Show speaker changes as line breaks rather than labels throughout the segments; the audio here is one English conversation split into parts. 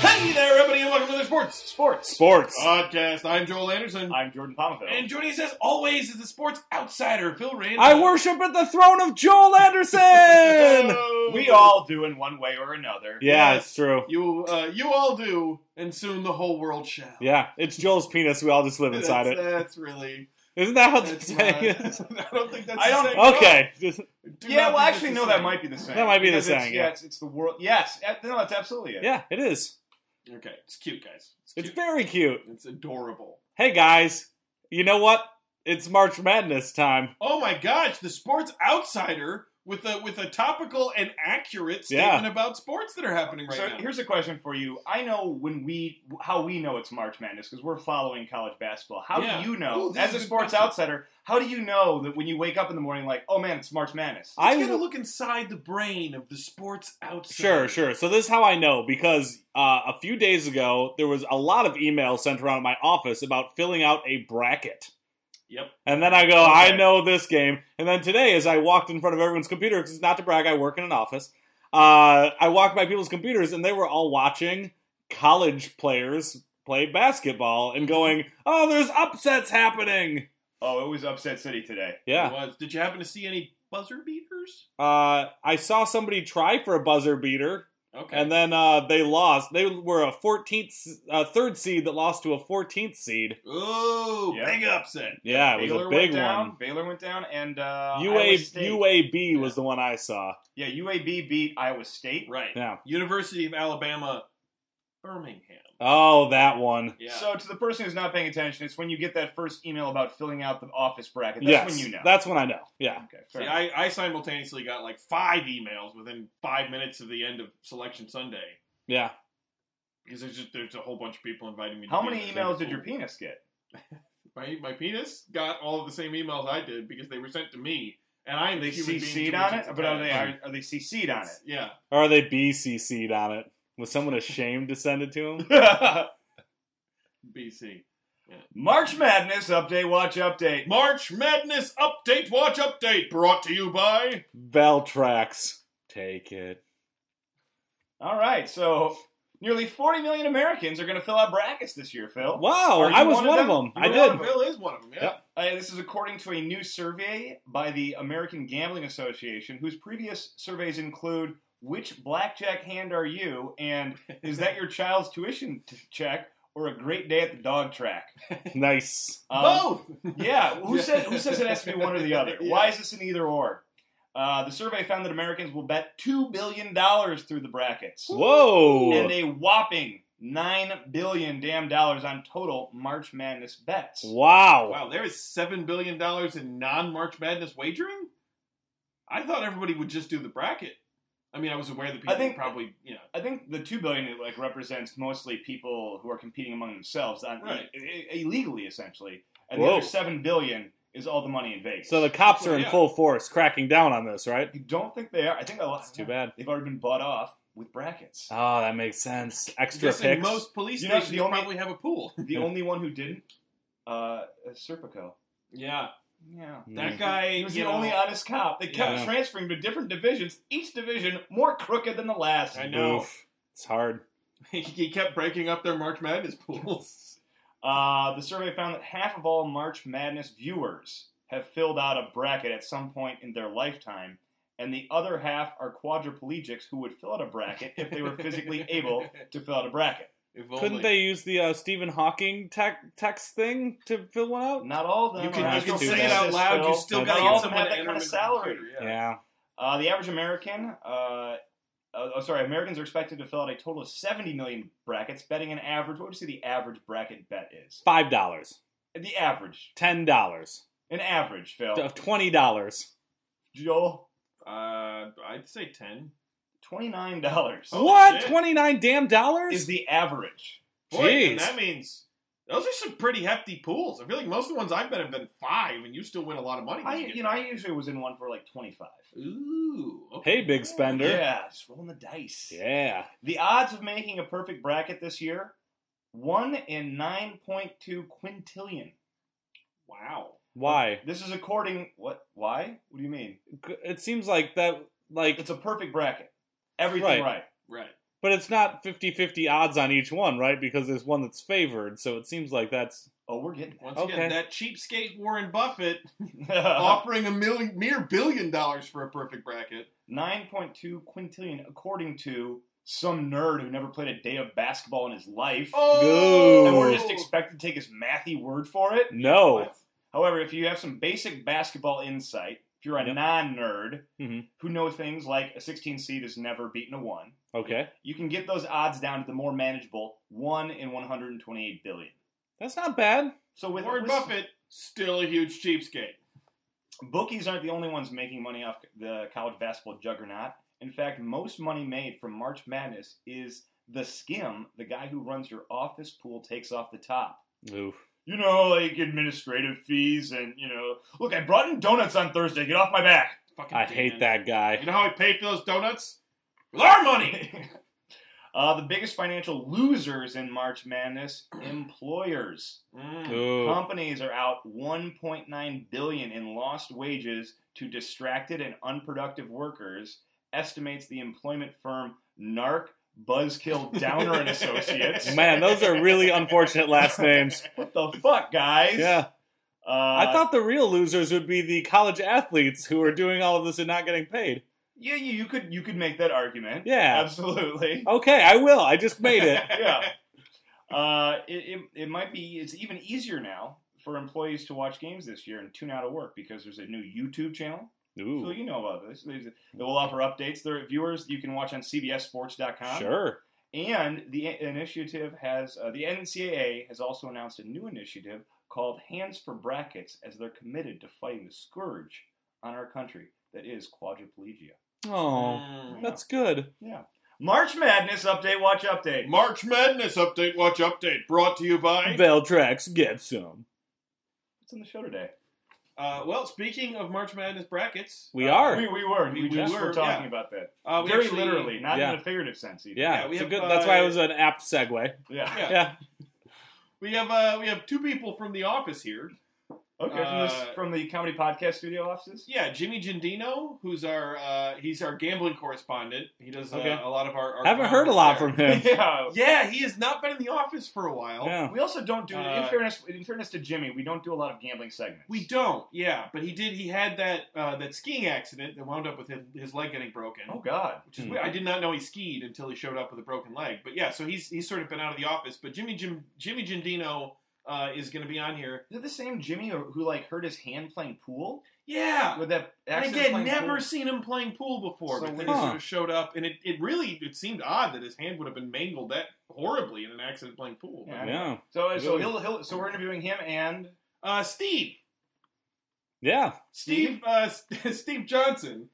Hey there, everybody, and welcome to the Sports
Sports.
Sports
Podcast. I'm Joel Anderson.
I'm Jordan Palmville.
and joining us as always is the sports outsider, Phil Rand.
I worship at the throne of Joel Anderson!
we all do in one way or another.
Yeah,
Yeah,
it's
it's true.
You, uh, you all do, and soon the whole world shall.
Yeah, it's Joel's penis. We all just live
that's,
inside it.
That's really.
Isn't that how they
That's not,
say it?
I don't think that's.
I don't-
the same.
Okay, just,
Do
Yeah,
not
well,
think
actually,
that's
no,
the
that
same.
might be the same.
that might be the
Because it's-
saying.
Yeah,
Yeah,
it's, it's the world. Yes, uh, no, that's absolutely it.
yeah, it is.
Okay, it's cute, guys. It's
It's
cute.
very cute.
It's adorable.
Hey guys, you know what? It's March Madness time.
Oh my gosh, the sports outsider with a with a topical and accurate
Yeah.
statement about sports that are happening right
so
now.
here's a question for you. I know when we how we know it's March Madness because we're following college basketball. How
Yeah.
do you know,
Ooh, this
as
is
a
a good
sports
question.
outsider, how do you know that when you wake up in the morning, like, oh man, it's March Madness?
I
Let's get a look inside the brain of the sports
Sure,
outsider.
sure. So this is how I know because uh, a few days ago there was a lot of emails sent around my office about filling out a bracket.
Yep.
And then I go,
Okay.
I know this game. And then today, as I walked in front of everyone's computer, because it's not to brag, I work in an office. Uh, I walked by people's computers, and they were all watching college players play basketball and going, "Oh, there's upsets happening."
oh, it was upset city today.
Yeah.
Was. Did you happen to see any buzzer beaters?
Uh, I saw somebody try for a buzzer beater,
Okay.
and then uh, they lost. They were a 14th, uh, third seed that lost to a 14th seed.
oh,
Yeah.
big upset.
Yeah, it was
Baylor
a big
went down.
one.
Baylor went down, and uh,
UA,
Iowa State-
UAB was the one I saw.
yeah, UAB beat Iowa State.
Right.
Yeah.
University of Alabama, Birmingham.
Oh, that one.
Yeah.
So to the person who's not paying attention, it's when you get that first email about filling out the office bracket. That's
yes,
when you know.
That's when I know. Yeah.
okay, fair
See,
enough.
I, I simultaneously got like five emails within five minutes of the end of Selection Sunday
Yeah.
because there's just there's a whole bunch of people inviting me. To
How
be
many
there.
emails did your penis get?
My my penis got all of the same emails I did because they were sent to me, and I am
They
the human being
CC'd
to
on
which
it,
it's
but are they
attached.
are, are they CC'd on it?
Yeah.
Or are they BCC'd on it? Was someone ashamed to send it to him?
BC.
March Madness update, watch update.
March Madness update, watch update, brought to you by.
Valtrax. Take it.
All right, so nearly 40 million Americans are going to fill out brackets this year, Phil.
Wow,
Oh, Are you
I was
one
one,
of
of them.
them? You
I
were
did.
one of
Bill is one of them. Yeah.
Yep.
Uh, this is according to a new survey by the American Gambling Association, whose previous surveys include "Which blackjack hand are you?" and "Is that your child's tuition t- check?" or "A great day at the dog track."
Nice.
Um,
Both.
yeah, who
Yeah.
says who says it has to be one or the other?
Yeah.
Why is this an either or? Uh, the survey found that Americans will bet two billion dollars through the brackets
Whoa.
and a whopping nine billion damn dollars on total March Madness bets. Oh.
wow.
Wow, there is seven billion dollars in non-March Madness wagering. I thought everybody would just do the bracket. I mean, I was aware that people
think-
probably, you know,
I think the two billion it, like represents mostly people who are competing among themselves on,
Right.
i- i- e, illegally, essentially, and the
Whoa.
other seven billion is all the money in Vegas.
So the cops are in
Yeah.
full force cracking down on this, right?
I don't think they are. I think a lot.
That's too bad.
They've already been bought off with brackets.
Oh, that makes sense. Extra
guess in
picks.
most police
You know,
stations
the only-
probably have a pool.
the only one who didn't, uh, is Serpico.
Yeah,
Yeah.
that
Mm.
guy.
He Mm-hmm. was
you
the
know,
only honest cop. They kept
Yeah.
transferring to different divisions, each division more crooked than the last.
I know.
Oof. It's hard.
he kept breaking up their March Madness pools.
Uh, the survey found that half of all March Madness viewers have filled out a bracket at some point in their lifetime, and the other half are quadriplegics who would fill out a bracket if they were physically able to fill out a bracket.
If
Couldn't
only.
they use the uh, Stephen Hawking tec- text thing to fill one out?
Not all of them.
You
are
can,
I
you
could
can
do
narcissists,
say it
that.
out loud. You
Phil.
still
That's
got to
all
get
of
them
someone
have
to
that
enter
kind of
them into the
salary.
computer,
Yeah.
Yeah.
Uh, the average American, uh, uh, oh, sorry, Americans are expected to fill out a total of 70 million brackets, betting an average. What would you say the average bracket bet is?
Five dollars.
The average.
Ten dollars.
An average,
Oh.
Phil.
Twenty dollars.
Joel?
Uh, I'd say ten.
Twenty nine dollars
Oh,
what?
shit.
Twenty nine damn dollars?
is the average.
Boy,
Jeez.
and that means those are some pretty hefty pools. I feel like most of the ones I've been have been five, and you still win a lot of money. when
I
get
you know I usually was in one for like twenty five.
that. ooh, okay.
hey, big spender.
Yeah, just rolling the dice.
Yeah.
The odds of making a perfect bracket this year: one in nine point two quintillion.
Wow.
Why?
This is according what? Why? What do you mean?
It seems like that. Like,
It's a perfect bracket.
Right.
Everything right.
Right.
but it's not 50-50 odds on each one, right? Because there's one that's favored, so it seems like that's
Oh, we're getting
Once
Okay.
again, that cheapskate Warren Buffett
there.
offering a million, mere billion dollars for a perfect bracket.
Nine point two quintillion, according to some nerd who never played a day of basketball in his life.
Oh.
And we're just expected to take his mathy word for it.
no.
What? However, if you have some basic basketball insight, if you're a
Yep.
non-nerd
Mm-hmm.
Mhm.
who know things like a 16 seed has never beaten a one,
Okay,
you can get those odds down to the more manageable one in 128 billion.
that's not bad.
So with,
Warren
with-
Buffett still a huge cheapskate.
bookies aren't the only ones making money off the college basketball juggernaut. In fact, most money made from March Madness is the skim, the guy who runs your office pool takes off the top.
Oof.
You know, like administrative fees and, you know, look, I brought in donuts on Thursday. Get off my back.
Fucking
I
Dan.
hate that
You
guy.
know how I paid for those donuts? With our money.
Uh, the biggest financial losers in March Madness: employers.
Mm.
Ooh.
Companies are out 1.9 billion in lost wages to distracted and unproductive workers. Estimates the employment firm Narc Buzzkill Downer and Associates.
Man, those are really unfortunate last names.
What the fuck, guys?
Yeah.
Uh,
I thought the real losers would be the college athletes who are doing all of this and not getting paid.
yeah, you, you could you could make that argument.
Yeah.
absolutely.
Okay, I will. I just made it.
yeah. Uh, it, it, it might be, it's even easier now for employees to watch games this year and tune out of work because there's a new YouTube channel. So
Ooh.
you know about this. There's- They will offer updates. Their viewers you can watch on CBSSports.com.
Sure.
And the i- initiative has, uh, the NCAA has also announced a new initiative called Hands for Brackets as they're committed to fighting the scourge on our country that is quadriplegia.
Oh,
Mm.
that's good.
March Madness update, watch update.
March Madness update, watch update, brought to you by.
Veltrax, get some.
What's on the show today?
Uh, well, speaking of March Madness brackets,
We
uh,
are.
We, we were.
We-
We,
we
just
were,
were talking
yeah.
about that.
Uh, we
Very
actually-
literally, not
Yeah.
in a figurative sense either.
Yeah,
Yeah, we
it's a
have,
good,
uh,
that's why it was an apt segue.
Yeah.
Yeah.
Yeah.
We have uh, we have two people from the office here.
Okay, from, this,
Uh,
from the comedy podcast studio offices.
Yeah, Jimmy Gendino, who's our uh, he's our gambling correspondent. He does uh,
Okay.
a lot of our. our
Haven't heard a lot from
comments
him.
Yeah.
there. Yeah, he has not been in the office for a while.
Yeah.
We also don't do,
Uh,
in fairness, in fairness to Jimmy, we don't do a lot of gambling segments.
We don't. Yeah, but he did. He had that uh, that skiing accident that wound up with his, his leg getting broken.
Oh God.
Which is
Hmm.
weird. I did not know he skied until he showed up with a broken leg. But yeah, so he's he's sort of been out of the office. But Jimmy Jim, Jimmy Gendino uh, is going to be on here.
Is it the same Jimmy who, who, like hurt his hand playing pool
Yeah,
with that?
And
accident
again,
playing
never
pool?
seen him playing pool before,
So
but then
weird.
he sort of showed up, and it, it really it seemed odd that his hand would have been mangled that horribly in an accident playing pool.
Yeah.
Yeah.
So so
Really?
he'll, he'll so we're interviewing him and
Uh, Steve,
Yeah.
Steve, uh, Steve Johnson,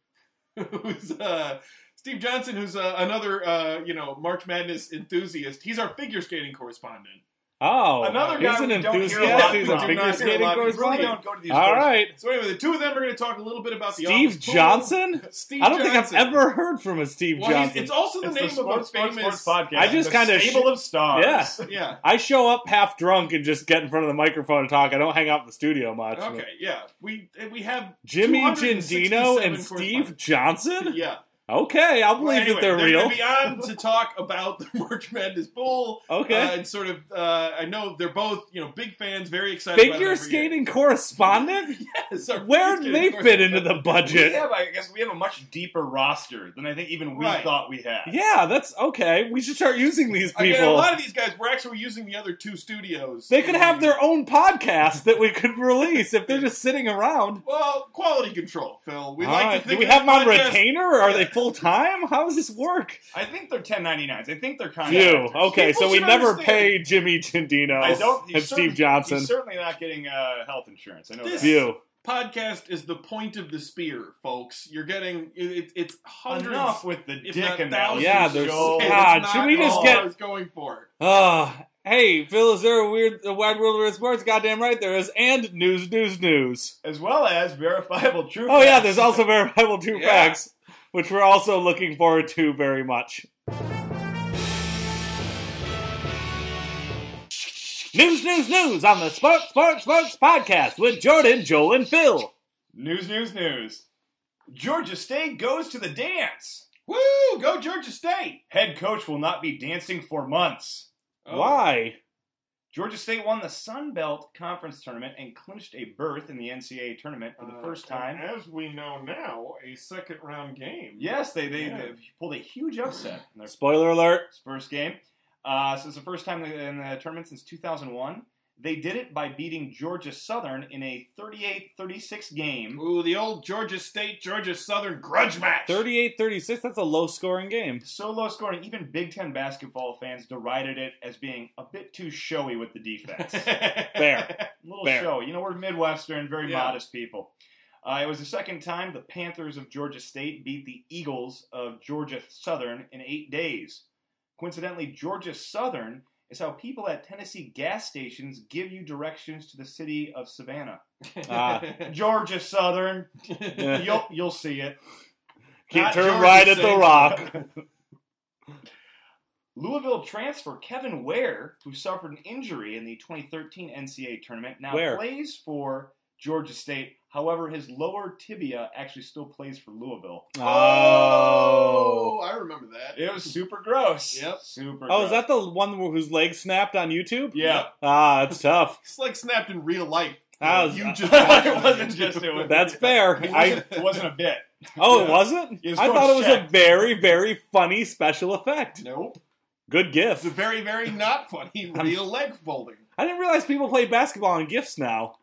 who's uh, Steve Johnson, who's uh, another uh, you know March Madness enthusiast. He's our figure skating correspondent.
Oh,
another
he's
guy
an
we don't hear a
enthusiast.
lot
He's
from.
a
Do
figure
not hear a
skating
lot.
we really
correspondent.
don't go to these.
All
places.
right.
So anyway, the two of them are going to talk a little bit about the
Steve
office pool.
Johnson?
Steve
I don't think I've
Johnson.
ever heard from a Steve
Well, he's-
Johnson.
it's also the
It's
name
the sports,
of a
sports,
famous.
sports podcast.
I just
The
kinda sh-
stable of stars.
Yeah.
yeah.
I show up half drunk and just get in front of the microphone and talk. I don't hang out in the studio much.
Okay, yeah. We we have
Jimmy
267
Gindino and Steve
correspondents.
Johnson?
Yeah.
Okay, I'll
Well,
believe
anyway,
that they're, real.
Gonna be on to talk about the March Madness Bowl.
okay.
Uh, and sort of, uh, I know they're both you know big fans, very excited. about it
Figure
every year.
skating correspondent?
Yes, our
Where do
figure
they
skating
fit into the
We
budget?
have, I guess, we have a much deeper roster than I think even we
Right.
thought we had.
Yeah, that's okay. We should start using these
I mean, a
people.
lot of these guys were actually using the other two studios.
They could have their own podcast that we could release if they're just sitting around.
well quality control, Phil. We
All
like
right.
to
Do
think
we
of this
have them on
podcast-
retainer? Or are they full time? How does this work?
I think they're 1099s. I think they're
Phew.
contractors.
Okay,
People
so we
should
never
understand.
pay Jimmy Chindino
I don't. he's
and
certain-
Steve Johnson.
He's certainly not getting uh, health insurance. I know
This-
that.
Phew.
podcast is the point of the spear, folks. You're getting it, it's hundreds.
Enough with the
if
dick
not
analogy.
thousands,
Yeah,
of
there's-
shows.
Joe.
It's
God,
not
should we just
all
get-
I was going for
Uh, hey, Phil, is there a weird, a wide world of weird sports? Goddamn right there is. And news, news, news.
as well as verifiable truth.
Oh yeah, there's also verifiable true
Yeah.
facts, which we're also looking forward to very much. News, news, news on the Sports, Sports, Sports podcast with Jordan, Joel, and Phil.
news, news, news. Georgia State goes to the dance.
Woo! Go Georgia State.
Head coach will not be dancing for months.
Oh.
Why?
Georgia State won the Sun Belt Conference tournament and clinched a berth in the NCAA tournament for the
Uh,
first time.
as we know now, a second round game.
Yes, they they,
Yeah.
they pulled a huge upset in their
Spoiler alert.
first game. Uh, so it's the first time in the tournament since 2001. They did it by beating Georgia Southern in a 38-36 game.
Ooh, the old Georgia State, Georgia Southern grudge match.
38-36, that's a low-scoring game.
So low scoring, even Big Ten basketball fans derided it as being a bit too showy with the defense. a
Fair.
little
Fair.
showy. You know, we're Midwestern, very
Yeah.
modest people. Uh, it was the second time the Panthers of Georgia State beat the Eagles of Georgia Southern in eight days. Coincidentally, Georgia Southern is how people at Tennessee gas stations give you directions to the city of Savannah.
Ah.
Georgia Southern,
Yeah.
you'll you'll see it.
Keep
Not
turn
Jordan
right at the
Singh.
rock.
Louisville transfer Kevin Ware, who suffered an injury in the 2013 NCAA tournament, now
Ware.
plays for Georgia State. However, his lower tibia actually still plays for Louisville.
Oh.
Oh, I remember that.
It was super gross.
Yep.
Super
Oh,
gross.
is that the one whose leg snapped on YouTube?
Yeah.
Ah, that's tough.
It's like snapped in real life.
That was-
you just
it wasn't just it was
That's fair.
It
I
wasn't, it wasn't a bit.
oh, it wasn't.
It was
I
going
thought it was a
check.
very very funny special effect.
nope.
Good
It's a
gift.
very very not funny real leg folding.
I didn't realize people play basketball on gifts now,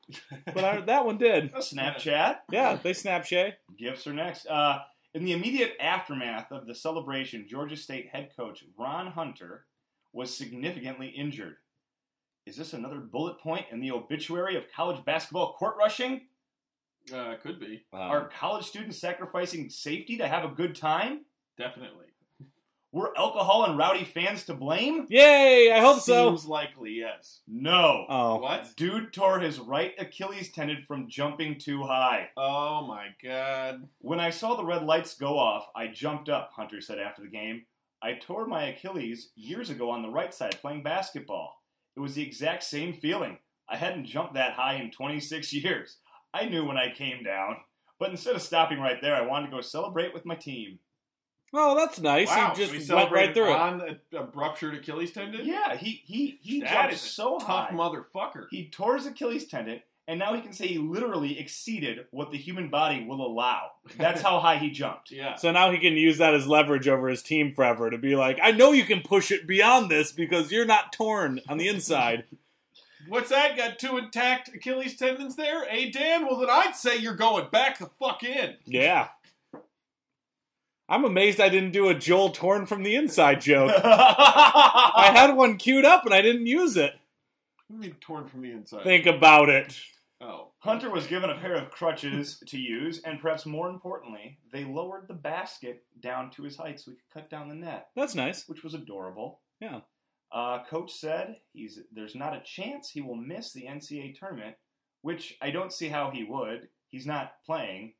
but I, that one did.
Snapchat.
Yeah, they snap Shay.
Gifts are next. Uh, in the immediate aftermath of the celebration, Georgia State head coach Ron Hunter was significantly injured. Is this another bullet point in the obituary of college basketball court rushing?
Uh, could be
Are college students sacrificing safety to have a good time?
definitely.
Were alcohol and rowdy fans to blame?
Yay! I hope so.
Seems likely yes.
No.
Oh,
What?
Dude tore his right Achilles tendon from jumping too high.
Oh my god.
When I saw the red lights go off, I jumped up, Hunter said after the game. I tore my Achilles years ago on the right side playing basketball. It was the exact same feeling. I hadn't jumped that high in 26 years. I knew when I came down. But instead of stopping right there, I wanted to go celebrate with my team.
oh, that's nice.
wow.
He
so
just
he
went right
celebrated
through it.
on a, a ruptured Achilles tendon.
Yeah, he he he
That's
jumped
a
so
Tough
high.
motherfucker.
He tore his Achilles tendon, and now he can say he literally exceeded what the human body will allow. That's how high he jumped.
Yeah.
So now he can use that as leverage over his team forever to be like, I know you can push it beyond this because you're not torn on the inside.
What's that? Got two intact Achilles tendons there? Hey Dan, well then I'd say you're going back the fuck in.
Yeah. I'm amazed I didn't do a Joel torn from the inside joke. I had one queued up and I didn't use it.
What do you mean torn from the inside?
Think about it.
oh.
Hunter was given a pair of crutches to use, and perhaps more importantly, they lowered the basket down to his height so he could cut down the net,
That's nice.
which was adorable.
Yeah.
Uh, coach said he's there's not a chance he will miss the NCAA tournament, which I don't see how he would. He's not playing.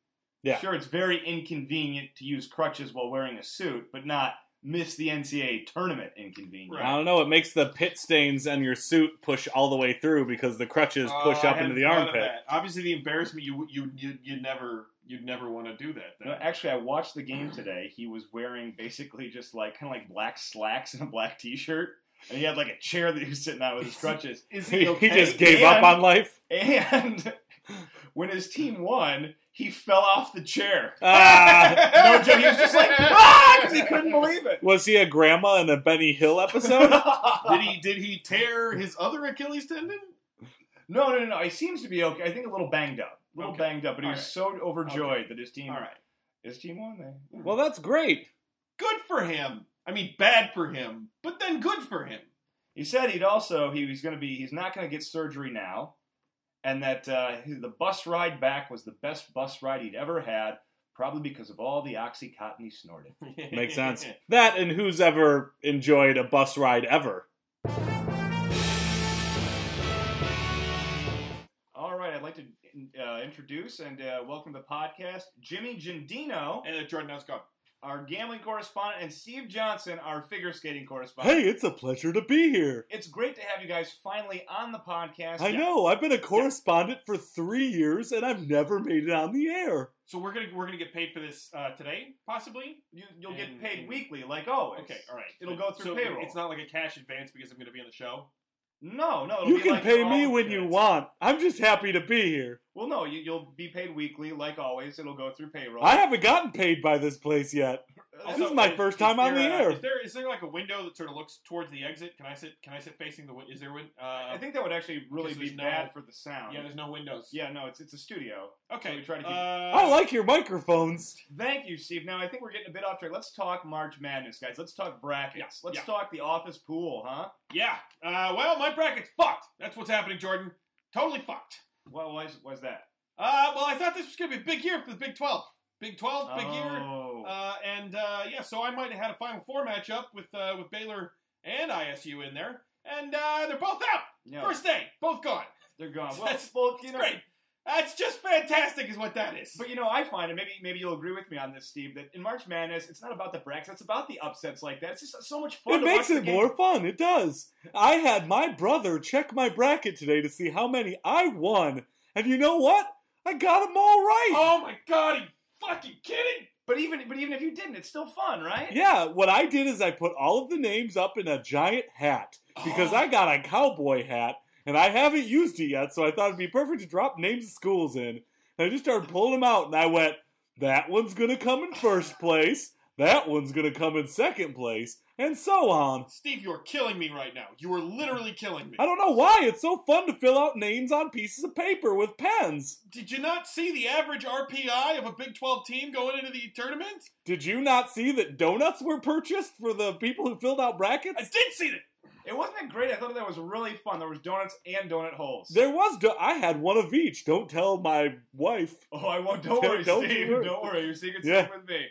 Yeah.
Sure, it's very inconvenient to use crutches while wearing a suit, but not miss the NCAA tournament inconvenient.
Right.
I don't know. It makes the pit stains on your suit push all the way through because the crutches push
Oh, I
up into
hadn't
the
thought of
armpit.
that. Obviously, the embarrassment you you you you never you'd never want to do that. Then.
No, actually, I watched the game today. He was wearing basically just like kind of like black slacks and a black T-shirt, and he had like a chair that he was sitting on with his crutches.
Is
He,
he okay?
just gave up
and-
on life.
And when his team won, he fell off the chair.
Ah,
No joke, he was just like ah, 'cause he couldn't believe it.
was he a grandma in a Benny Hill episode?
did he did he tear his other Achilles tendon?
no, no, no, no. He seems to be okay. I think a little banged up, a little
Okay.
banged up, but he
All
was
right.
so overjoyed that his team,
All right,
his team won. They
well, that's great.
good for him. I mean, bad for him, but then good for him.
He said he'd also he was going to be he's not going to get surgery now, and that uh, the bus ride back was the best bus ride he'd ever had, probably because of all the oxycontin he snorted.
Makes sense. That and who's ever enjoyed a bus ride ever?
All right, I'd like to uh, introduce and uh, welcome to the podcast Jimmy Gendino,
And Jordan now has gone.
our gambling correspondent, and Steve Johnson, our figure skating correspondent.
Hey, it's a pleasure to be here.
It's great to have you guys finally on the podcast.
I know I've been a correspondent for three years and I've never made it on the air.
So we're gonna we're gonna get paid for this uh, today, possibly.
You, you'll get
And-
paid
and-
weekly, like always.
Okay, all right.
It'll go through
So
payroll.
It's not like a cash advance because I'm gonna be on the show.
No, no. It'll
You
be
can
like
pay
all
me
the
when you
kids.
want. I'm just happy to be here.
Well, no, you, you'll be paid weekly, like always. It'll go through payroll.
I haven't gotten paid by this place yet.
Uh,
This is my first time on
there,
the
uh,
air.
Is there is there like a window that sort of looks towards the exit? Can I sit Can I sit facing the window? Is there a win? Uh,
I think that would actually really
Because
be
there's no-
bad for the sound.
yeah, there's no windows.
Yeah, no, it's it's a studio.
Okay.
So we try to keep- Oh,
uh,
I like your microphones.
Thank you, Steve. Now I think we're getting a bit off track. Let's talk March Madness, guys. Let's talk brackets.
Yeah,
Let's
yeah.
talk the office pool, huh?
Yeah. Uh, well, my bracket's fucked. That's what's happening, Jordan. Totally fucked.
Well, why's why's that?
Uh, well, I thought this was gonna be a big year for the Big Twelve. Big Twelve, big year.
Oh.
Uh, and uh, yeah, so I might have had a Final Four matchup with uh, with Baylor and ISU in there, and uh, they're both out.
no,
First day, both gone.
they're gone. Well,
That's-
well, you
It's
know,
great. That's just fantastic, is what that is.
But you know, I find, and maybe maybe you'll agree with me on this, Steve, that in March Madness, it's not about the brackets; it's about the upsets like that. It's just so much fun.
It
to
makes
watch
it
the game.
more fun. It does. I had my brother check my bracket today to see how many I won, and you know what? I got them all right.
Oh my god, are you fucking kidding?
But even but even if you didn't, it's still fun, right?
Yeah, what I did is I put all of the names up in a giant hat because
Oh.
I got a cowboy hat and I haven't used it yet, so I thought it'd be perfect to drop names of schools in. And I just started pulling them out and I went, that one's gonna come in first place, that one's gonna come in second place, and so on.
Steve, you are killing me right now. You are literally killing me.
I don't know why it's so fun to fill out names on pieces of paper with pens.
Did you not see the average RPI of a Big 12 team going into the tournament?
Did you not see that donuts were purchased for the people who filled out brackets?
I did see that.
It wasn't that great. I thought that was really fun. There was donuts and donut holes.
There was. Do- I had one of each. Don't tell my wife.
oh, I won't. Don't
Don't-
worry,
don't you
Steve.
worry.
Don't worry. Your secret's
Yeah.
safe with me.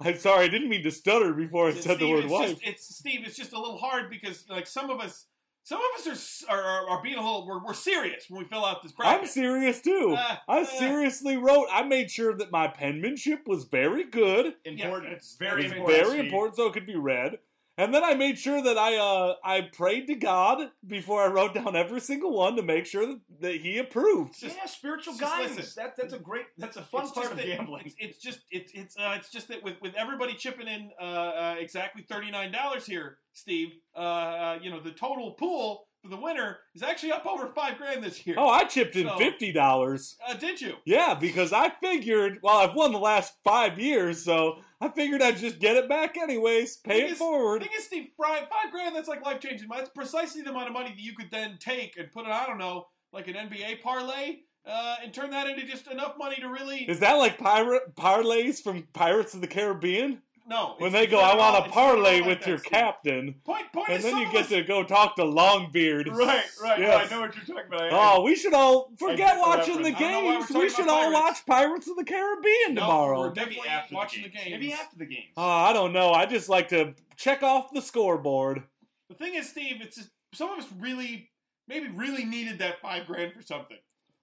I'm sorry. I didn't mean to stutter before I said the
Steve,
word
it's
wife.
Just, it's Steve. It's just a little hard because like some of us, some of us are s- are, are, are being a little. We're, we're serious when we fill out this bracket.
I'm serious too.
Uh,
I
uh,
seriously wrote. I made sure that my penmanship was very good.
Important.
Yeah,
it's
It
very
was
important.
very
Steve.
important, so it could be read. And then I made sure that I uh, I prayed to God before I wrote down every single one to make sure that, that He approved.
It's just-
yeah, spiritual
it's just
guidance.
listen.
That, that's a great. That's a fun
It's
part
just
of
that-
gambling.
It's, it's just it's it's uh, it's just that with with everybody chipping in uh, uh, exactly thirty nine dollars here, Steve. Uh, uh, you know the total pool for the winner is actually up over five grand this year.
Oh, I chipped in
So-
fifty dollars.
Uh, did you?
Yeah, because I figured, well, I've won the last five years, so I figured I'd just get it back anyways, pay
Thing
it
is- The
forward.
thing is, Steve, five, five grand, that's like life changing. That's precisely the amount of money that you could then take and put in, I don't know, like an NBA parlay uh, and turn that into just enough money to really.
Is that like pirate parlays from Pirates of the Caribbean?
no.
When
it's-
they go,
it's
I
not at
want
all-
a
it's not at all
parlay
like
with
that,
your
Steve.
captain,
Point, point
and
is,
then
some
you
of
get
us-
to go talk to Longbeard.
Right, right.
Yes.
I know what you're talking about. I-
Oh, we should all
get
forget
the
watching the
reference.
I don't know why we're
games. We
talking
should
about
all
Pirates.
watch Pirates of the Caribbean
No,
tomorrow.
we're definitely
maybe after
watching
the
the
games.
games.
Maybe after the games.
Oh, I don't know. I just like to check off the scoreboard.
The thing is, Steve, it's just, some of us really, maybe really needed that five grand for something.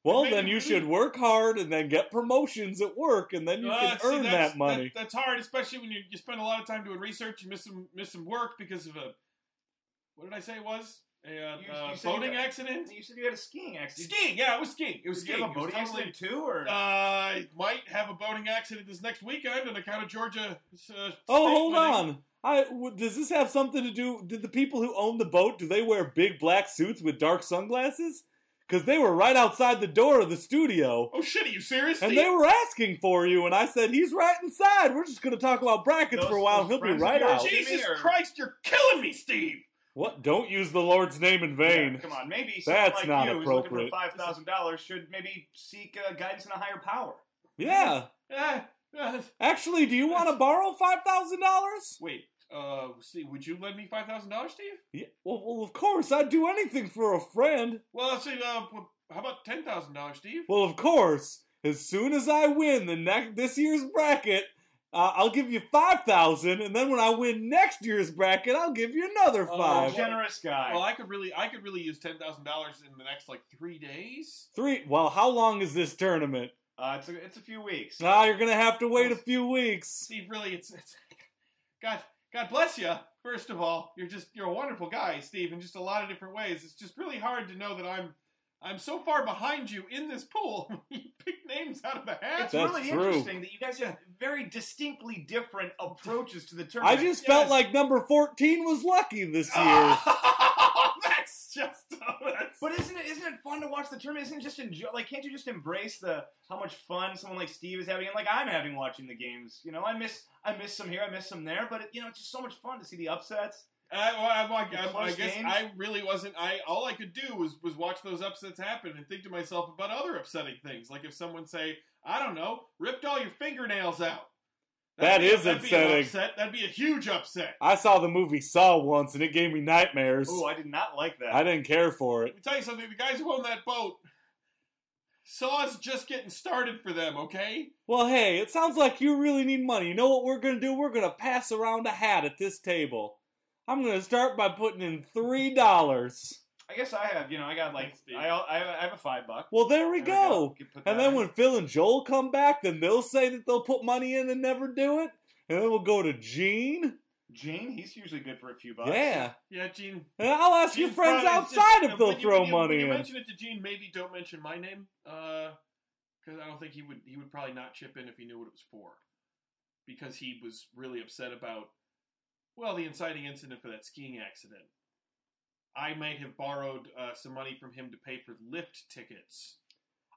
Well,
Maybe
then you
we-
should work hard and then get promotions at work, and then you
Uh,
can
see,
earn
that's-
that money.
that's hard, especially when you, you spend a lot of time doing research and miss some miss some work because of a what did I say it was a uh,
You- you
uh,
said you
boating
got-
accident?
You said you had a skiing accident.
Skiing, yeah, it was skiing. It was
Did you
skiing.
have a
It was
boating
totally-
accident too, or
Uh, I might have a boating accident this next weekend on account of Georgia. Uh,
Oh,
state
hold
winning.
on. I w- does this have something to do? Did the people who own the boat do they wear big black suits with dark sunglasses? Because they were right outside the door of the studio,
Oh shit, are you serious?
and
Steve?
they were asking for you, and I said he's right inside. We're just gonna talk about brackets
Those-
for a while.
those
He'll be
friends of
right
yours,
out.
Jim?
Jesus
Or-
Christ, you're killing me, Steve.
What? Don't use the Lord's name in vain.
Yeah, come on, maybe someone
That's
like
not
you who's looking
appropriate.
for five thousand dollars should maybe seek uh, guidance in a higher power.
Yeah.
Ah, ah.
Actually, do you want to borrow five thousand dollars?
Wait, uh, Steve, would you lend me five thousand dollars, Steve?
Yeah, well, well, of course, I'd do anything for a friend.
Well, see, uh, p- How about ten thousand dollars, Steve?
Well, of course, as soon as I win the next this year's bracket, uh, I'll give you five thousand, and then when I win next year's bracket, I'll give you another
Oh,
five.
yeah.
generous guy.
Well, I could really, I could really use ten thousand dollars in the next like three days.
Three. Well, how long is this tournament?
Uh, it's, a, it's a few weeks.
Ah, you're gonna have to wait a few weeks.
Steve, really, it's, it's God, God bless you. First of all, you're just you're a wonderful guy, Steve, in just a lot of different ways. It's just really hard to know that I'm I'm so far behind you in this pool. you pick names out of a
It's
hat.
That's
really
true.
interesting that you guys have very distinctly different approaches to the
I
tournament.
just felt
Yes.
like number fourteen was lucky this year.
Oh, that's just that's,
But isn't it isn't it fun to watch the tournament? Isn't it just enjoy? Like, can't you just embrace the how much fun someone like Steve is having and like I'm having watching the games? You know, I miss I miss some here, I miss some there, but you know, it's just so much fun to see the upsets.
I, well, I, well, I-
The
I-
close
I guess
games?
I really wasn't. I all I could do was was watch those upsets happen and think to myself about other upsetting things, like if someone say, I don't know, ripped all your fingernails out.
That
That'd be-
is
that'd be an
upsetting.
upset. That'd be a huge upset.
I saw the movie Saw once, and it gave me nightmares.
Ooh, I did not like that.
I didn't care for it.
Let me tell you something. The guys who own that boat, Saw's just getting started for them. Okay.
Well, hey, it sounds like you really need money. You know what we're going to do? We're going to pass around a hat at this table. I'm going to start by putting in $3.
I guess I have. You know, I got like
Thanks, Steve.
I I have, I have a five buck.
Well, there we
There
go.
Could put
And
that
then
in.
when Phil and Joel come back, then they'll say that they'll put money in and never do it. And then we'll go to Gene.
Gene, he's usually good for a few bucks.
Yeah.
Yeah, Gene.
And I'll ask your
Gene's
friends
probably- it's
outside
just-
if they'll
when you-
throw
when you-
money
When you
in.
mention it to Gene, maybe don't mention my name, because I don't think he would. He would probably not chip in if he knew what it was for, because he was really upset about well the inciting incident for that skiing accident. I might have borrowed uh, some money from him to pay for lift tickets.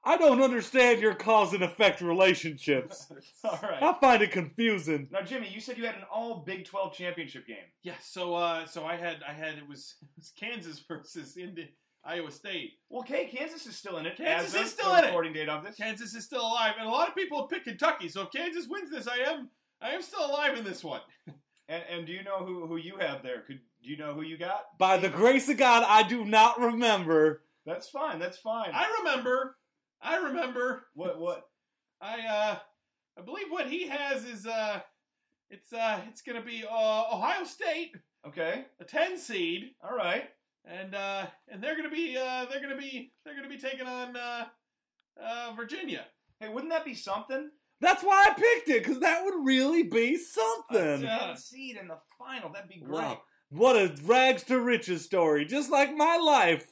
I don't understand your cause and effect relationships.
All right.
I find it confusing.
Now, Jimmy, you said you had an all Big 12 championship game.
Yeah, so uh, so I had I had it was, it was Kansas versus Indi- Iowa State.
Well, okay, Kansas is still in it.
Kansas
as of
is still
the
in it.
recording date of this.
Kansas is still alive, and a lot of people pick Kentucky. So if Kansas wins this, I am I am still alive in this one.
And, and do you know who, who you have there? Could do you know who you got?
By the grace of God, I do not remember.
That's fine. That's fine.
I remember, I remember.
what what?
I uh, I believe what he has is uh, it's uh, it's gonna be uh, Ohio State,
Okay.
a ten seed,
All right.
and uh, and they're gonna be uh, they're gonna be they're gonna be taking on uh, uh, Virginia.
Hey, wouldn't that be something?
That's why I picked it, because that would really be something.
Yeah.
Ten seed in the final. That'd be great.
Wow. What a rags to riches story, just like my life.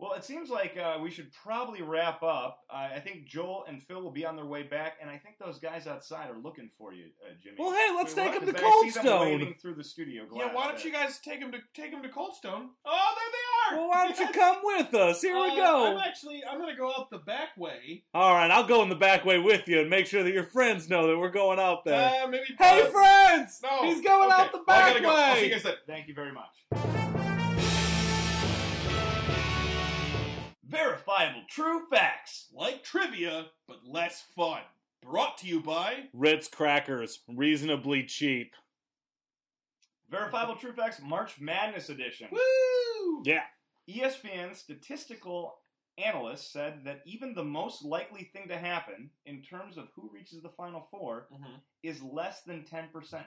Well, it seems like uh, we should probably wrap up. Uh, I think Joel and Phil will be on their way back, and I think those guys outside are looking for you, uh, Jimmy.
Well, hey, let's
Wait,
take
what?
him to
'Cause I
Cold
see them
Stone.
waving through the studio glass.
Yeah, why don't
there.
you guys take him to take him to Coldstone? Oh, there they are.
Well, why don't you come with us? Here we
Uh,
go.
I'm actually I'm gonna go out the back way.
All right, I'll go in the back way with you and make sure that your friends know that we're going out there.
Uh, maybe.
hey,
uh,
friends!
no.
He's going
Okay.
out the
Well,
back
I gotta
way.
go. I'll see you guys later.
Thank you very much. Verifiable true facts.
Like trivia, but less fun. Brought to you by.
Ritz crackers, reasonably cheap.
Verifiable true facts March Madness edition. E
Woo!
Yeah.
ESPN statistical analyst said that even the most likely thing to happen in terms of who reaches the final four
Mhm.
is less than 10%.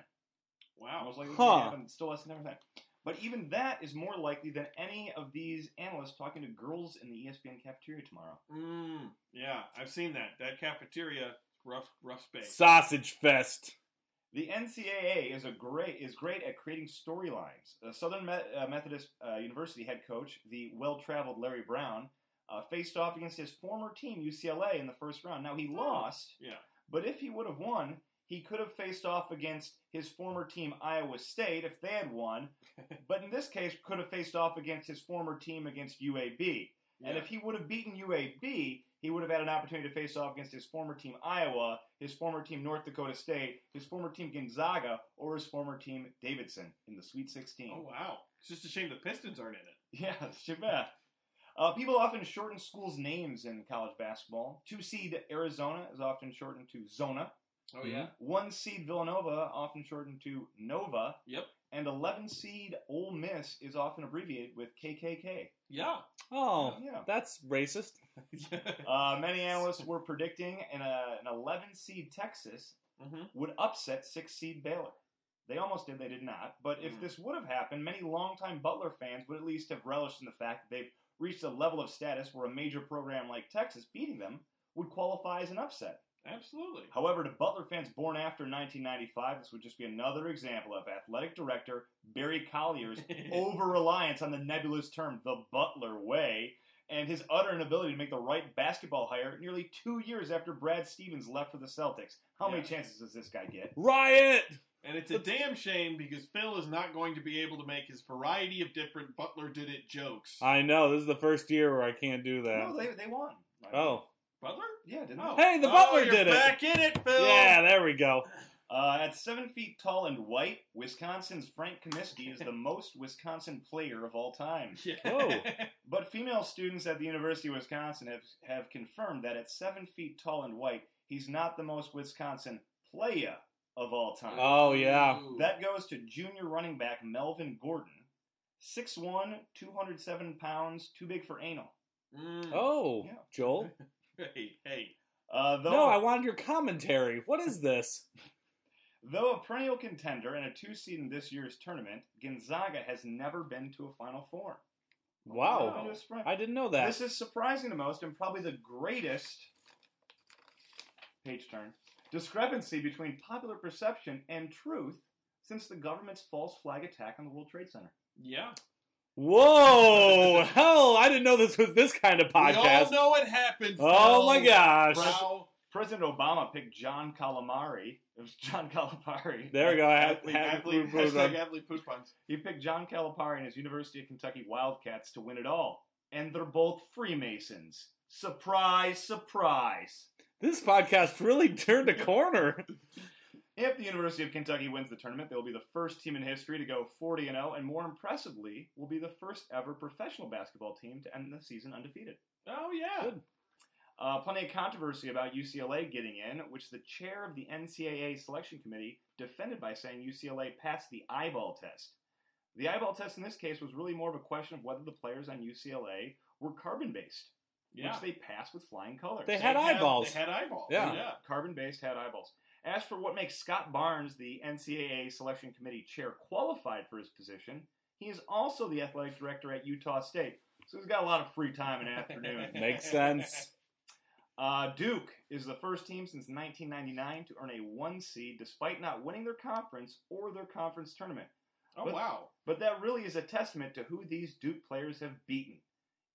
Wow.
Most likely
Huh.
thing to happen, still less than 10%. But even that is more likely than any of these analysts talking to girls in the E ESPN cafeteria tomorrow.
Mm, yeah, I've seen that. That cafeteria, rough, rough space.
Sausage fest.
The NCAA is a great is great at creating storylines. Uh, Southern Me- uh, Methodist uh, University head coach, the well-traveled Larry Brown, uh, faced off against his former team UCLA in the first round. Now he lost,
yeah.
but if he would have won, he could have faced off against his former team Iowa State if they had won. but in this case, could have faced off against his former team against UAB. And
Yeah.
if he would have beaten UAB, he would have had an opportunity to face off against his former team Iowa, his former team North Dakota State, his former team Gonzaga, or his former team Davidson in the Sweet 16.
oh wow, it's just a shame the Pistons aren't in it.
Yeah, it's too bad. Uh, people often shorten schools' names in college basketball. Two seed Arizona is often shortened to Zona.
Oh
yeah?
One seed Villanova often shortened to Nova.
Yep.
and 11 seed Ole Miss is often abbreviated with KKK.
Yeah.
Oh,
Yeah.
that's racist.
Uh, many analysts were predicting an, uh, an 11 seed Texas
hmm
would upset six seed Baylor. They almost did, they did not. But if
Mm.
this would have happened, many longtime Butler fans would at least have relished in the fact that they've reached a level of status where a major program like Texas beating them would qualify as an upset.
Absolutely.
However, to Butler fans born after 1995, this would just be another example of athletic director Barry Collier's over reliance on the nebulous term the Butler way and his utter inability to make the right basketball hire nearly two years after Brad Stevens left for the Celtics. How many
Yeah.
chances does this guy get?
Riot!
And it's a damn shame because Phil is not going to be able to make his variety of different Butler did it jokes.
I know, this is the first year where I can't do that.
No, they, they won.
Uh, oh.
Butler?
Yeah, didn't
Oh.
they?
Hey, the Butler
you're
did it.
Back in it, Phil.
Yeah, there we go.
Uh, at seven feet tall and white, Wisconsin's Frank Kaminsky is the most Wisconsin player of all time.
Yeah.
Whoa.
But female students at the University of Wisconsin have, have confirmed that at seven feet tall and white, he's not the most Wisconsin playa of all time.
Oh, yeah.
Ooh.
That goes to junior running back Melvin Gordon, 6'1, 207 pounds, too big for anal.
Mm.
Oh,
Yeah.
Joel.
Hey, hey.
Uh, though,
No, I wanted your commentary. What is this?
though a perennial contender and a two seed in this year's tournament, Gonzaga has never been to a Final Four.
Wow.
Happened to his friend.
I didn't know that.
This is surprising to most and probably the greatest page turn discrepancy between popular perception and truth since the government's false flag attack on the World Trade Center.
Yeah.
Whoa! Hell, I didn't know this was this kind of
We all
podcast.
know it happened.
Oh
Phil.
my gosh.
Wow.
President Obama picked John Calamari. It was John Calipari.
There we go. I have,
Athlete,
have-
athlete,
we- we-
hashtag athlete poop puns.
He picked John Calipari and his University of Kentucky Wildcats to win it all. And they're both Freemasons. Surprise, surprise.
this podcast really turned a corner.
If the University of Kentucky wins the tournament, they will be the first team in history to go 40 and 0, and more impressively, will be the first ever professional basketball team to end the season undefeated.
Oh yeah.
Good.
Uh, plenty of controversy about UCLA getting in, which the chair of the NCAA selection committee defended by saying UCLA passed the eyeball test. The eyeball test in this case was really more of a question of whether the players on UCLA were carbon based,
Yeah.
which they passed with flying colors.
They had eyeballs.
They had eyeballs.
Yeah.
yeah.
Carbon based had eyeballs. As for what makes Scott Barnes, the NCAA selection committee chair, qualified for his position, he is also the athletic director at Utah State. So he's got a lot of free time in the afternoon.
Makes sense.
Uh, Duke is the first team since 1999 to earn a one seed despite not winning their conference or their conference tournament.
Oh
But-
wow.
But that really is a testament to who these Duke players have beaten.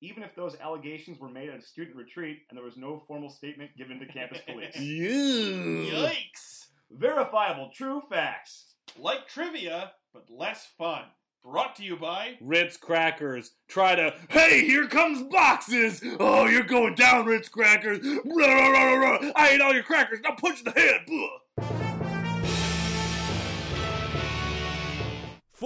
Even if those allegations were made at a student retreat and there was no formal statement given to campus police.
You.
Yikes.
Verifiable true facts.
Like trivia, but less fun. Brought to you by
Ritz crackers. Try to. Hey, here comes boxes. Oh, you're going down, Ritz crackers. Rah, rah, rah, rah, rah. I ate all your crackers. Now punch in the head. Blah.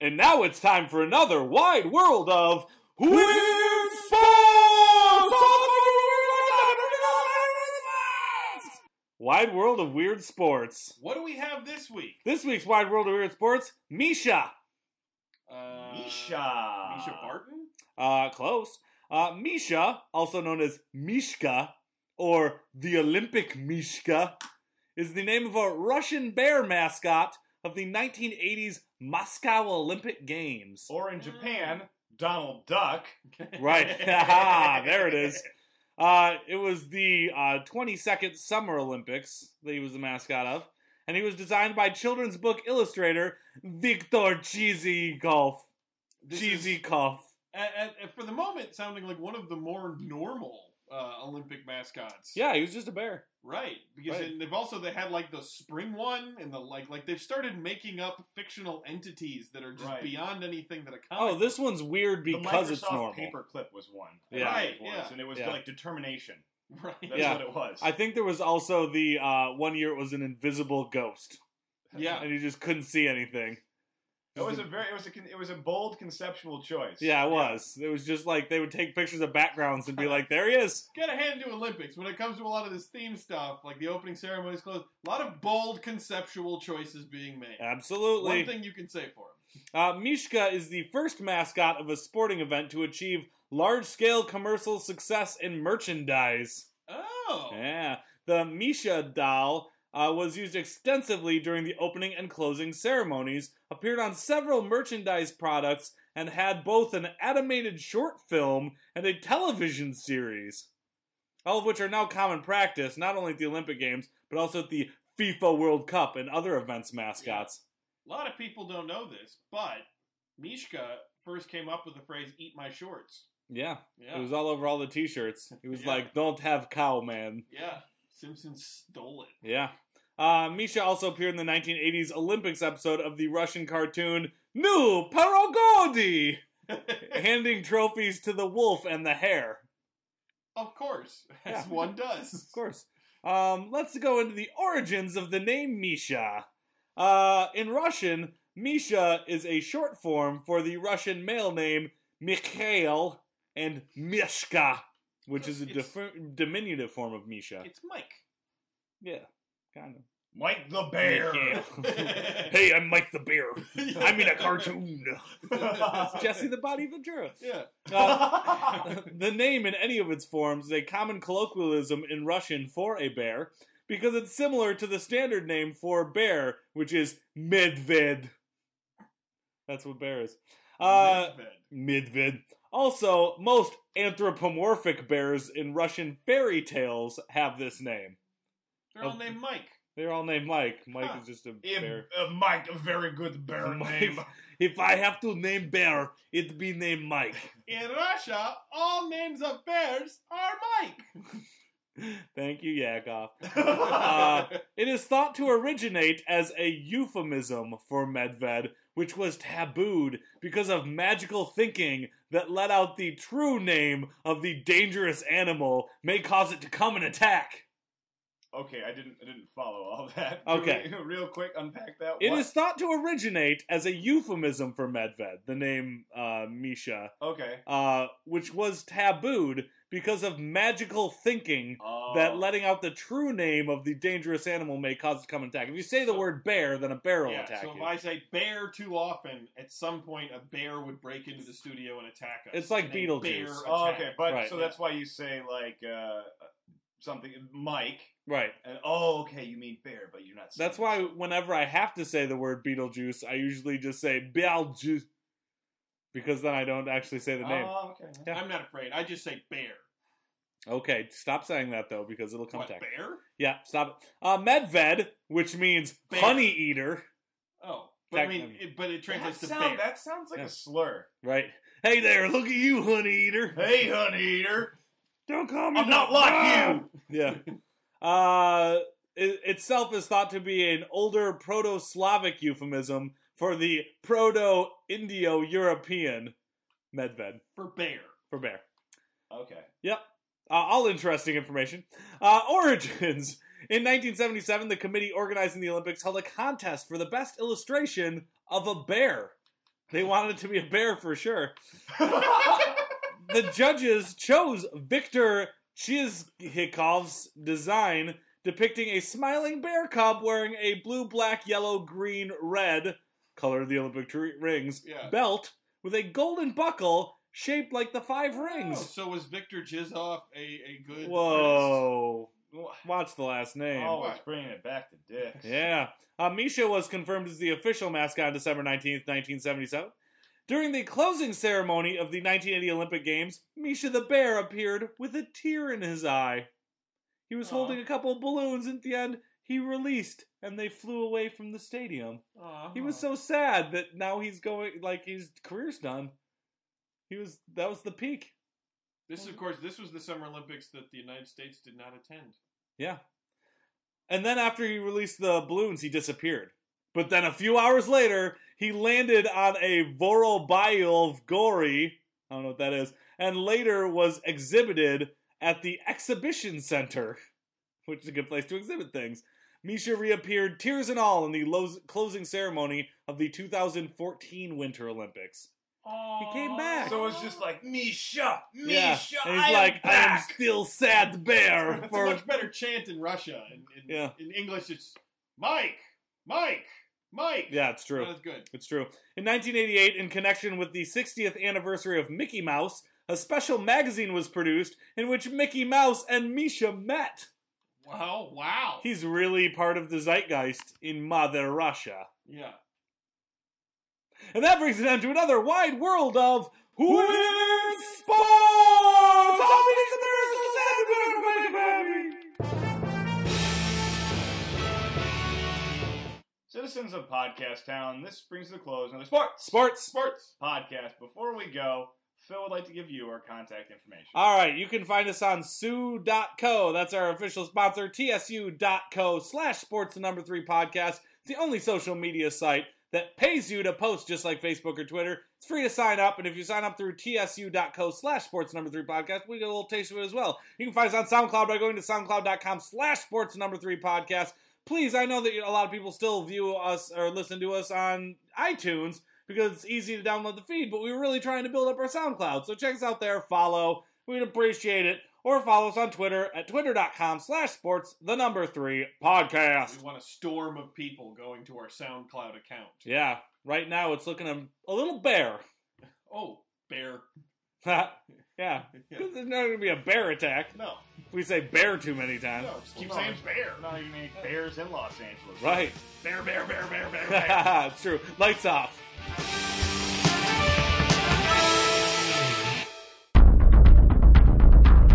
And now it's time for another wide world of weird sports. Wide world of weird sports.
What do we have this week?
This week's wide world of weird sports, Misha.
Uh,
Misha.
Misha Barton?
Uh, close. Uh, Misha, also known as Mishka or the Olympic Mishka, is the name of a Russian bear mascot of the 1980s Moscow Olympic Games.
Or in Japan, Donald Duck.
Right. Haha, there it is. Uh, it was the uh, 22nd Summer Olympics that he was the mascot of, and he was designed by children's book illustrator Viktor Cheesykov.
This is,
Cheesykov.
a- a- a- for the moment, sounding like one of the more normal uh, uh, Olympic mascots.
Yeah, he was just a bear.
Right, because
Right.
and they've also they had like the spring one and the like like they've started making up fictional entities that are just
Right.
beyond anything that a comic.
Oh, this one's weird because
the Microsoft
it's normal.
paperclip was one.
Yeah.
Right,
Was,
yeah.
And it was
Yeah.
like determination.
right?
That's
Yeah.
what it was.
I think there was also the uh, one year it was an invisible ghost,
Yeah,
and you just couldn't see anything.
it was a very it was a con- it was a bold conceptual choice.
Yeah, it was. It was just like they would take pictures of backgrounds and be like, "There he is."
gotta hand it to Olympics when it comes to a lot of this theme stuff, like the opening ceremonies closed. A lot of bold conceptual choices being made. One
Absolutely.
thing you can say for him.
Uh, Mishka is the first mascot of a sporting event to achieve large-scale commercial success in merchandise.
Oh,
Yeah, the Misha doll uh, was used extensively during the opening and closing ceremonies, appeared on several merchandise products, and had both an animated short film and a television series. All of which are now common practice, not only at the Olympic Games, but also at the FIFA World Cup and other events mascots.
a lot of people don't know this, but Mishka first came up with the phrase "eat my shorts."
Yeah,
Yeah,
it was all over all the t shirts. It was
Yeah.
like, don't have cow, man.
yeah. Simpson stole it.
Yeah. Uh, Misha also appeared in the 1980s Olympics episode of the Russian cartoon New Paragodi, handing trophies to the wolf and the hare.
Of course, as
Yeah.
one does.
Of course. Um, let's go into the origins of the name Misha. Uh, in Russian, Misha is a short form for the Russian male name Mikhail and Mishka, which is a
It's-
dif- diminutive form of Misha.
It's Mike.
Yeah, kind of.
Mike the Bear.
hey, I'm Mike the Bear. I'm in a cartoon.
It's
Jesse the Body Ventura.
Yeah.
Uh, the name in any of its forms is a common colloquialism in Russian for a bear because it's similar to the standard name for bear, which is medved. That's what bear is. Uh,
Medved.
medved. Also, most anthropomorphic bears in Russian fairy tales have this name.
They're all
oh.
named Mike.
They're all named Mike. Mike
Huh.
is just a
If-
bear.
uh, Mike, a very good bear
Mike.
name.
If I have to name bear, it'd be named Mike.
In Russia, all names of bears are Mike.
Thank you, Yakov. Uh, It is thought to originate as a euphemism for Medved, which was tabooed because of magical thinking that let out the true name of the dangerous animal may cause it to come and attack.
Okay, I didn't I didn't follow all that.
Okay.
Can we real quick, unpack that.
It
What-
is thought to originate as a euphemism for Medved, the name uh, Misha,
okay.
uh, which was tabooed because of magical thinking
Oh.
that letting out the true name of the dangerous animal may cause it to come and attack. If you say the word bear, then a bear will
Yeah,
attack
so if
you.
I say bear too often, at some point a bear would break into the studio and attack us.
It's like
And a
Beetlejuice.
bear uh,
Oh,
attack.
okay, but
Right.
so that's why you say like uh, something Mike,
Right.
and oh, okay, you mean bear, but you're not. saying
That's why whenever I have to say the word Beetlejuice, I usually just say Beetlejuice because then I don't actually say the
Uh.
name.
Oh, okay.
Yeah.
I'm not afraid. I just say bear.
Okay, stop saying that though because it'll come
What,
back.
bear?
Yeah, stop it. Uh, Medved, which means
Bear.
honey eater,
Oh. But I mean,
Technically.
it, but it translates
that,
to
sound-
bear.
that sounds like
Yeah.
a slur.
right? Hey there, look at you, honey eater.
Hey, honey eater,
Don't call me
I'm not like you.
Yeah. Uh, it, itself is thought to be an older Proto Slavic euphemism for the Proto Indo European Medved
For bear.
for bear.
Okay.
Uh, all interesting information. Uh, origins. In 1977, the committee organizing the Olympics held a contest for the best illustration of a bear. They wanted it to be a bear for sure. The judges chose Victor Chizhikov's design depicting a smiling bear cub wearing a blue, black, yellow, green, red color of the Olympic tree, rings
Yeah.
belt with a golden buckle shaped like the five
Oh,
rings.
so was Victor Jizoff a, a good artist?
Whoa.
Wha-
Watch the last name.
Oh, it's bringing it back to dicks.
Yeah. Uh, Misha was confirmed as the official mascot on December 19th, 1977. During the closing ceremony of the 1980 Olympic Games, Misha the bear appeared with a tear in his eye. He was
Aw.
holding a couple of balloons at the end. He released and they flew away from the stadium.
Aw.
He was so sad that now he's going like his career's done. He was that was the peak.
This is, of course, this was the Summer Olympics that the United States did not attend.
Yeah. And then after he released the balloons, he disappeared. But then a few hours later, he landed on a Vorobyov Gori, I don't know what that is, and later was exhibited at the Exhibition Center, which is a good place to exhibit things. Misha reappeared, tears and all, in the lo- closing ceremony of the 2014 Winter Olympics.
Oh,
came back.
So it's just like Misha, Misha.
and he's
I
like,
am
I am
back.
still sad bear
That's a
for
much better chant in Russia. In, in,
Yeah.
in English, it's Mike, Mike, Mike.
yeah, it's true.
That's good.
It's true. In 1988, in connection with the 60th anniversary of Mickey Mouse, a special magazine was produced in which Mickey Mouse and Misha met.
Wow, wow.
He's really part of the zeitgeist in Mother Russia.
yeah.
And that brings it on to another wide world of women's sports! All these Americans and America, baby, baby.
Citizens of Podcast Town, this brings to a close another sports
Sports!
sports podcast. Before we go, Phil would like to give you our contact information.
All right, you can find us on Sue.co. That's our official sponsor, TSU.co slash sports the number three podcast. It's the only social media site that pays you to post just like Facebook or Twitter. It's free to sign up, and if you sign up through TSU.co slash sports number three podcast, we get a little taste of it as well. You can find us on SoundCloud by going to SoundCloud.com slash sports number three podcast. Please, I know that a lot of people still view us or listen to us on iTunes because it's easy to download the feed, but we were really trying to build up our SoundCloud. So check us out there, follow. We'd appreciate it. Or follow us on Twitter at twitter.com slash sports the number three podcast.
We want a storm of people going to our SoundCloud account.
Yeah, right now it's looking a, a little bare.
Oh, bear.
yeah, 'Cause there's not going to be a bear attack
No,
if we say bear too many times.
no. Just keep
Well, no,
saying bear.
there's- No, you mean Bears in Los Angeles.
Right.
Bear, bear, bear, bear, bear, bear.
it's true. Lights off.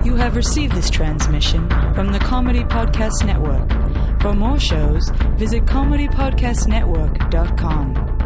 You have received this transmission from the Comedy Podcast Network. For more shows, visit comedypodcastnetwork.com.